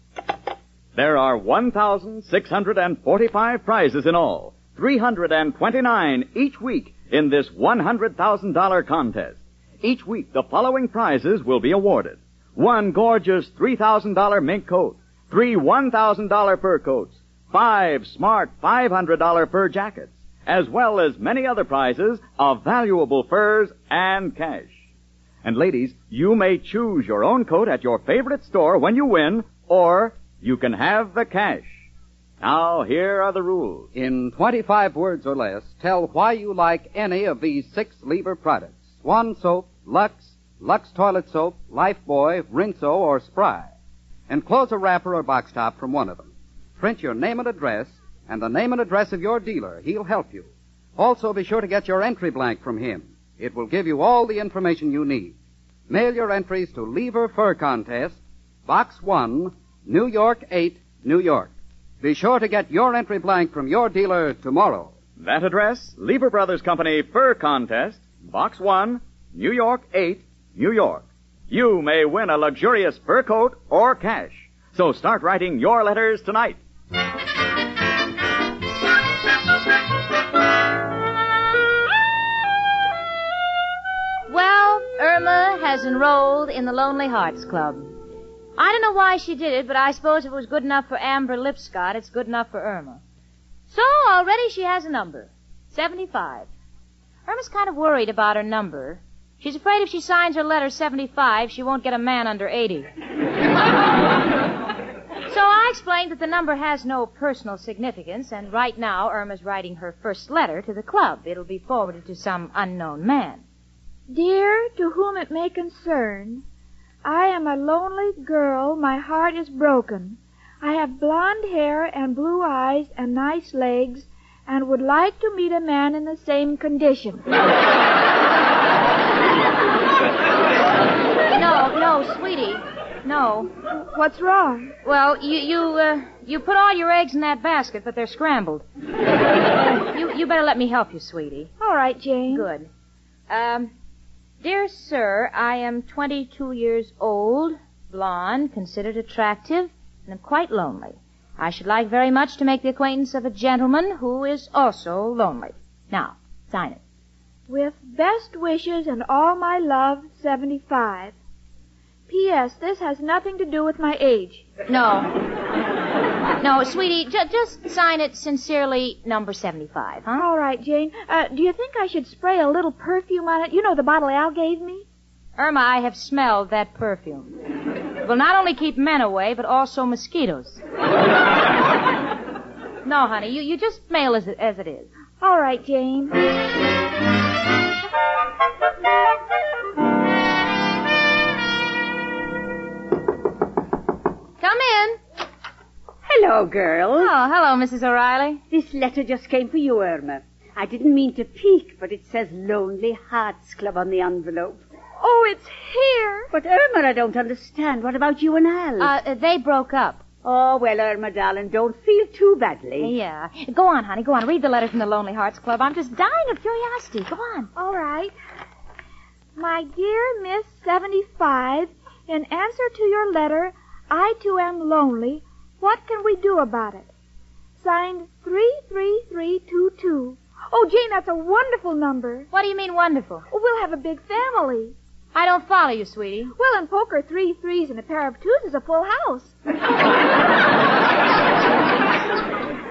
There are 1,645 prizes in all, 329 each week in this $100,000 contest. Each week, the following prizes will be awarded. One gorgeous $3,000 mink coat, three $1,000 fur coats, five smart $500 fur jackets, as well as many other prizes of valuable furs and cash. And ladies, you may choose your own coat at your favorite store when you win, or you can have the cash. Now, here are the rules. In 25 words or less, tell why you like any of these six Lever products. Swan soap, Lux, Lux toilet soap, Lifebuoy, Rinso, or Spry. Enclose a wrapper or box top from one of them. Print your name and address and the name and address of your dealer. He'll help you. Also, be sure to get your entry blank from him. It will give you all the information you need. Mail your entries to Lever Fur Contest, Box 1, New York 8, New York. Be sure to get your entry blank from your dealer tomorrow. That address, Lever Brothers Company Fur Contest, Box 1, New York 8, New York. You may win a luxurious fur coat or cash. So start writing your letters tonight. Well, Irma has enrolled in the Lonely Hearts Club. I don't know why she did it, but I suppose if it was good enough for Amber Lipscott, it's good enough for Irma. So already she has a number 75. Irma's kind of worried about her number. She's afraid if she signs her letter 75, she won't get a man under 80. So I explained that the number has no personal significance, and right now Irma's writing her first letter to the club. It'll be forwarded to some unknown man. Dear to whom it may concern, I am a lonely girl, my heart is broken. I have blonde hair and blue eyes and nice legs and would like to meet a man in the same condition. [LAUGHS] No, no, sweetie. No. What's wrong? Well, you you uh, you put all your eggs in that basket, but [LAUGHS] they're scrambled. you you better let me help you, sweetie. All right, Jane. Good. Um, dear sir, I am 22 years old, blonde, considered attractive, and am quite lonely. I should like very much to make the acquaintance of a gentleman who is also lonely. Now, sign it. With best wishes and all my love, 75. P.S. This has nothing to do with my age. No. No, sweetie, ju- just sign it sincerely, number 75, huh? All right, Jane. Uh, do you think I should spray a little perfume on it? You know the bottle Al gave me? Irma, I have smelled that perfume. It will not only keep men away, but also mosquitoes. [LAUGHS] No, honey, you, you just mail as it, as it is. All right, Jane. Come in. Hello, girls. Oh, hello, Mrs. O'Reilly. This letter just came for you, Irma. I didn't mean to peek, but it says Lonely Hearts Club on the envelope. Oh, it's here. But Irma, I don't understand. What about you and Al? Uh, they broke up. Oh, well, Irma, darling, don't feel too badly. Yeah. Go on, honey. Go on. Read the letter from the Lonely Hearts Club. I'm just dying of curiosity. Go on. All right. My dear Miss 75, in answer to your letter, I too am lonely. What can we do about it? Signed 33322. Oh, Jane, that's a wonderful number. What do you mean wonderful? Well, we'll have a big family. I don't follow you, sweetie. Well, in poker, three threes and a pair of twos is a full [LAUGHS] house.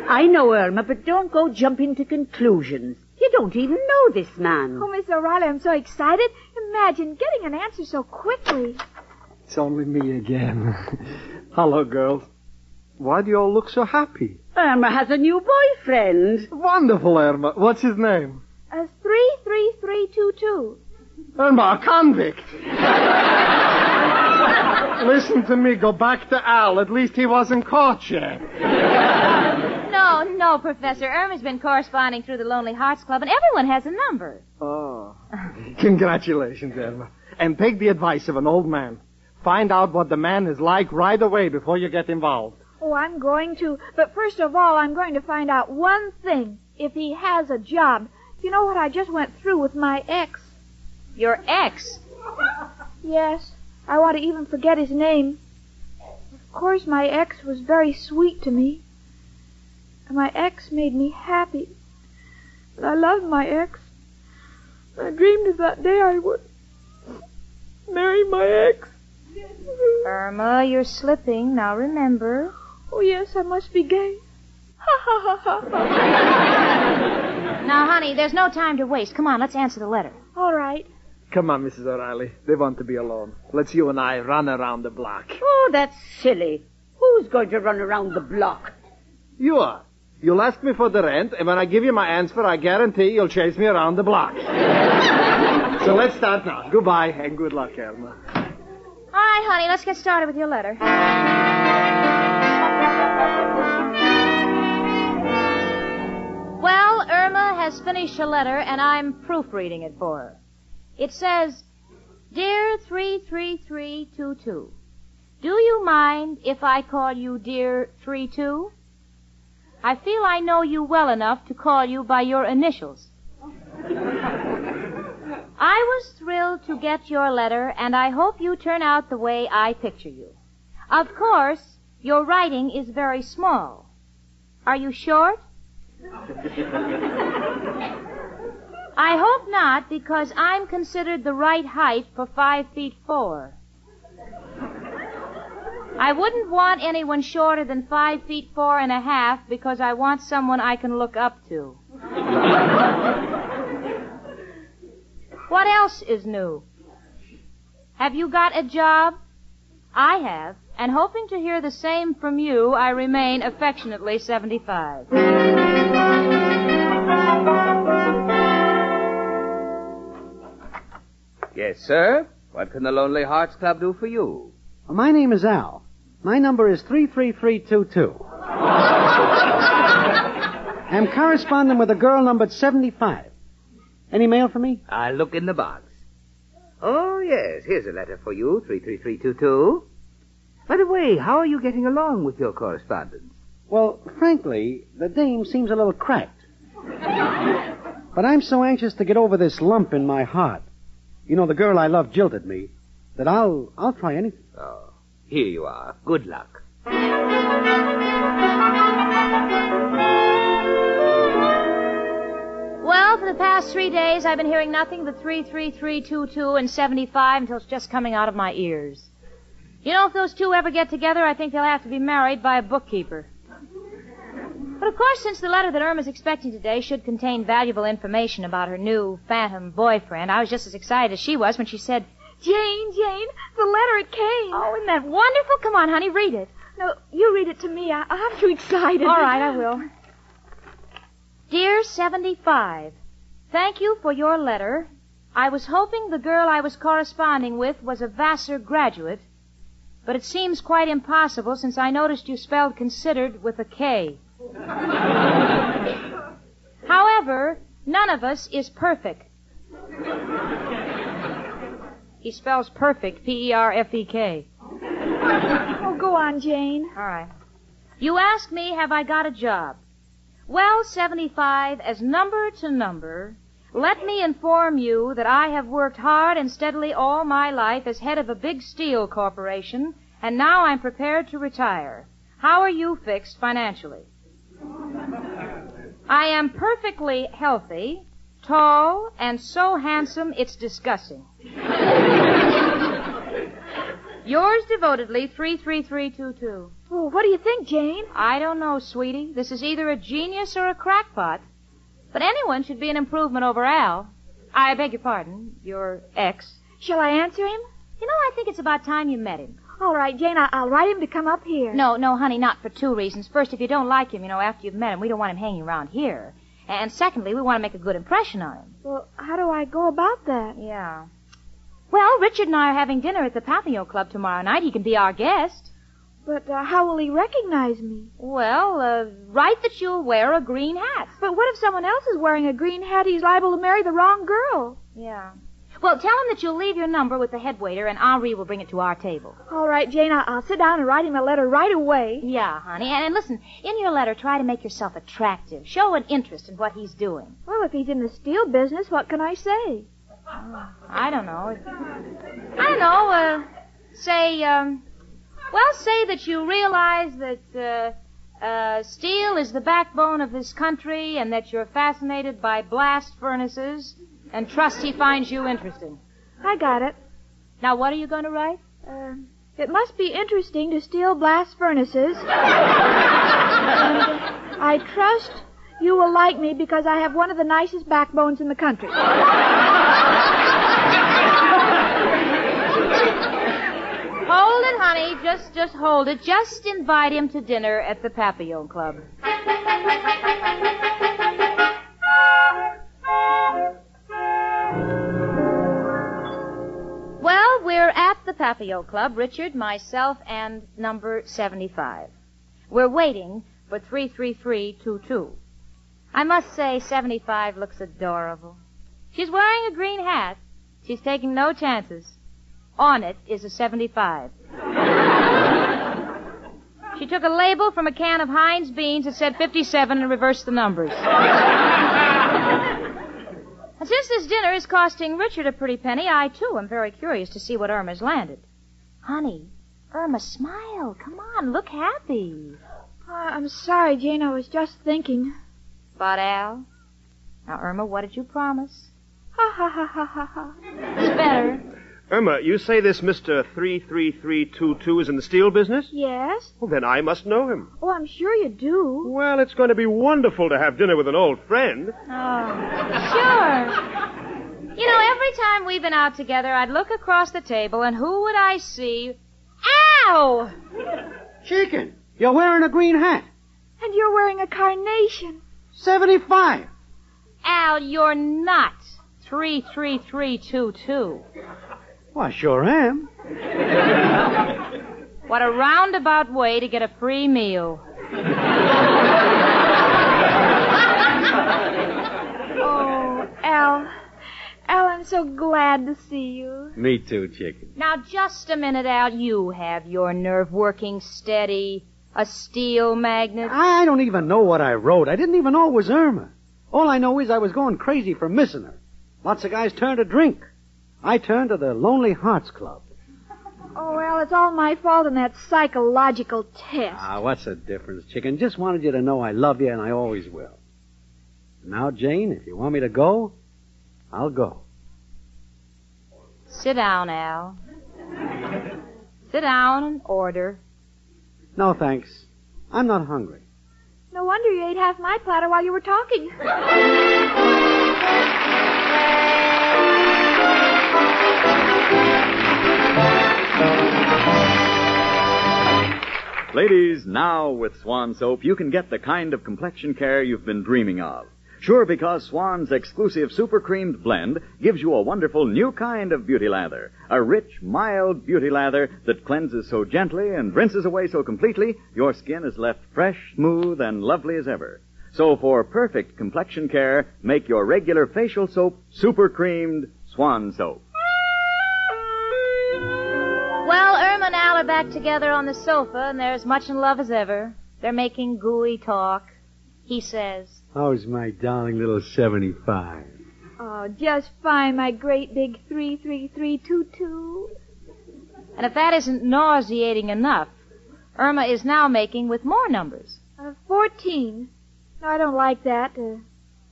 I know Irma, but don't go jumping to conclusions. You don't even know this man. Oh, Miss O'Reilly, I'm so excited. Imagine getting an answer so quickly. It's only me again. [LAUGHS] Hello, girls. Why do you all look so happy? Irma has a new boyfriend. Wonderful, Irma. What's his name? Uh, three, three, three, two, two. Irma, a convict. Listen to me. Go back to Al. At least he wasn't caught yet. No, no, Professor. Irma's been corresponding through the Lonely Hearts Club, and everyone has a number. Oh. [LAUGHS] Congratulations, Irma. And take the advice of an old man. Find out what the man is like right away before you get involved. Oh, I'm going to. But first of all, I'm going to find out one thing. If he has a job. You know what I just went through with my ex? Your ex? Yes. I want to even forget his name. Of course, my ex was very sweet to me. And my ex made me happy. And I loved my ex. And I dreamed of that day I would marry my ex. Irma, you're slipping. Now remember. Oh, yes, I must be gay. Ha ha ha ha. Now, honey, there's no time to waste. Come on, let's answer the letter. All right. Come on, Mrs. O'Reilly. They want to be alone. Let's you and I run around the block. Oh, that's silly. Who's going to run around the block? You are. You'll ask me for the rent, and when I give you my answer, I guarantee you'll chase me around the block. [LAUGHS] so let's start now. Goodbye, and good luck, Elma. All right, honey, let's get started with your letter. Well, Irma has finished her letter, and I'm proofreading it for her. It says, Dear 33322, do you mind if I call you Dear 32? I feel I know you well enough to call you by your initials. I was thrilled to get your letter, and I hope you turn out the way I picture you. Of course, your writing is very small. Are you short? I hope not, because I'm considered the right height for five feet four. I wouldn't want anyone shorter than five feet four and a half because I want someone I can look up to. what else is new? Have you got a job? I have, and hoping to hear the same from you, I remain affectionately 75. Yes, sir. What can the Lonely Hearts Club do for you? My name is Al. My number is 33322. I'm corresponding with a girl numbered 75. Any mail for me? I'll look in the box. Oh, yes. Here's a letter for you, 33322. By the way, how are you getting along with your correspondence? Well, frankly, the dame seems a little cracked. but I'm so anxious to get over this lump in my heart. You know, the girl I love jilted me, that I'll I'll try anything. Oh, here you are. Good luck. Well, for the past three days, I've been hearing nothing but 33322 and 75 until it's just coming out of my ears. You know, if those two ever get together, I think they'll have to be married by a bookkeeper. But of course, since the letter that Irma's expecting today should contain valuable information about her new phantom boyfriend, I was just as excited as she was when she said, Jane, Jane, the letter it came. Oh, isn't that wonderful? Come on, honey, read it. No, you read it to me. I, I'm too excited. All right, I will. Dear 75, thank you for your letter. I was hoping the girl I was corresponding with was a Vassar graduate, but it seems quite impossible since I noticed you spelled considered with a K. However, none of us is perfect. He spells perfect, P E R F E K. Oh, go on, Jane. All right. You ask me, have I got a job? Well, 75, as number to number, let me inform you that I have worked hard and steadily all my life as head of a big steel corporation, and now I'm prepared to retire. How are you fixed financially? I am perfectly healthy, tall, and so handsome it's disgusting. Yours devotedly, 33322. Oh, what do you think, Jane? I don't know, sweetie. This is either a genius or a crackpot. But anyone should be an improvement over Al. I beg your pardon, your ex. Shall I answer him? You know, I think it's about time you met him. All right, Jane, I- I'll write him to come up here. No, no, honey, not for two reasons. First, if you don't like him, you know, after you've met him, we don't want him hanging around here. And secondly, we want to make a good impression on him. Well, how do I go about that? Yeah. Well, Richard and I are having dinner at the Papillon Club tomorrow night. He can be our guest. But uh, how will he recognize me? Well, uh, write that you'll wear a green hat. But what if someone else is wearing a green hat? He's liable to marry the wrong girl. Yeah. Well, tell him that you'll leave your number with the head waiter, and Henri will bring it to our table. All right, Jane, I- I'll sit down and write him a letter right away. Yeah, honey. And, and listen, in your letter, try to make yourself attractive. Show an interest in what he's doing. Well, if he's in the steel business, what can I say? I don't know. I don't know. Uh, say, um, well, say that you realize that uh, uh, steel is the backbone of this country, and that you're fascinated by blast furnaces, and trust he finds you interesting. I got it. Now, what are you going to write? Uh, it must be interesting to steel blast [LAUGHS] furnaces. and, uh, I trust you will like me because I have one of the nicest backbones in the country. Hold it, honey. Just, just hold it. Just invite him to dinner at the Papillon Club. Well, we're at the Papillon Club, Richard, myself, and number 75. We're waiting for 33322. I must say, 75 looks adorable. She's wearing a green hat. She's taking no chances. On it is a 75. she took a label from a can of Heinz beans that said 57 and reversed the numbers. And since this dinner is costing Richard a pretty penny, I too am very curious to see what Irma's landed. Honey, Irma, smile. Come on, look happy. Uh, I'm sorry, Jane. I was just thinking. But Al, now Irma, what did you promise? Ha ha ha ha ha ha. It's better. Irma, you say this Mr. 33322 is in the steel business? Yes? Well, then I must know him. Oh, I'm sure you do. Well, it's going to be wonderful to have dinner with an old friend. Oh, Sure. You know, every time we've been out together, I'd look across the table, and who would I see? Ow! Chicken, you're wearing a green hat. And you're wearing a carnation. 75. Al, you're not. 33322. Well, I sure am. What a roundabout way to get a free meal. Oh, Al. Al, I'm so glad to see you. Me too, chicken. Now, just a minute, Al. You have your nerve working steady. A steel magnet. I don't even know what I wrote. I didn't even know it was Irma. All I know is I was going crazy for missing her. Lots of guys turn to drink. I turned to the Lonely Hearts Club. Oh, Al, it's all my fault in that psychological test. Ah, what's the difference, chicken? Just wanted you to know I love you and I always will. Now, Jane, if you want me to go, I'll go. Sit down, Al. Sit down and order. No, thanks. I'm not hungry. No wonder you ate half my platter while you were talking. [LAUGHS] Ladies, now with Swan Soap, you can get the kind of complexion care you've been dreaming of. Sure, because Swan's exclusive super creamed blend gives you a wonderful new kind of beauty lather. A rich, mild beauty lather that cleanses so gently and rinses away so completely, your skin is left fresh, smooth, and lovely as ever. So for perfect complexion care, make your regular facial soap super creamed Swan Soap. Well, Irma and Al are back together on the sofa, and they're as much in love as ever. They're making gooey talk. He says, How's my darling little 75? Oh, just fine, my great big 33322. and if that isn't nauseating enough, Irma is now making with more numbers. Uh, 14. No, I don't like that. Uh,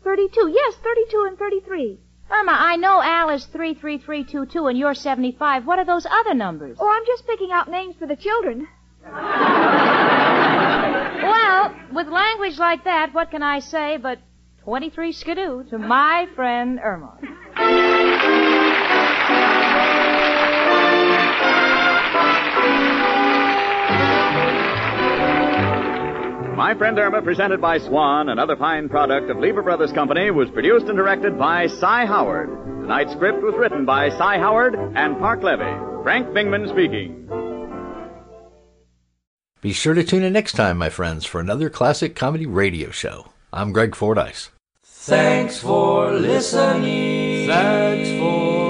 32. Yes, 32 and 33. Irma, I know Al is 33322 and you're 75. What are those other numbers? Oh, I'm just picking out names for the children. [LAUGHS] Well, with language like that, what can I say but 23 skidoo to my friend Irma? My Friend Irma, presented by Swan, another fine product of Lever Brothers Company, was produced and directed by Cy Howard. Tonight's script was written by Cy Howard and Park Levy. Frank Bingman speaking. Be sure to tune in next time, my friends, for another classic comedy radio show. I'm Greg Fordyce. Thanks for listening. Thanks for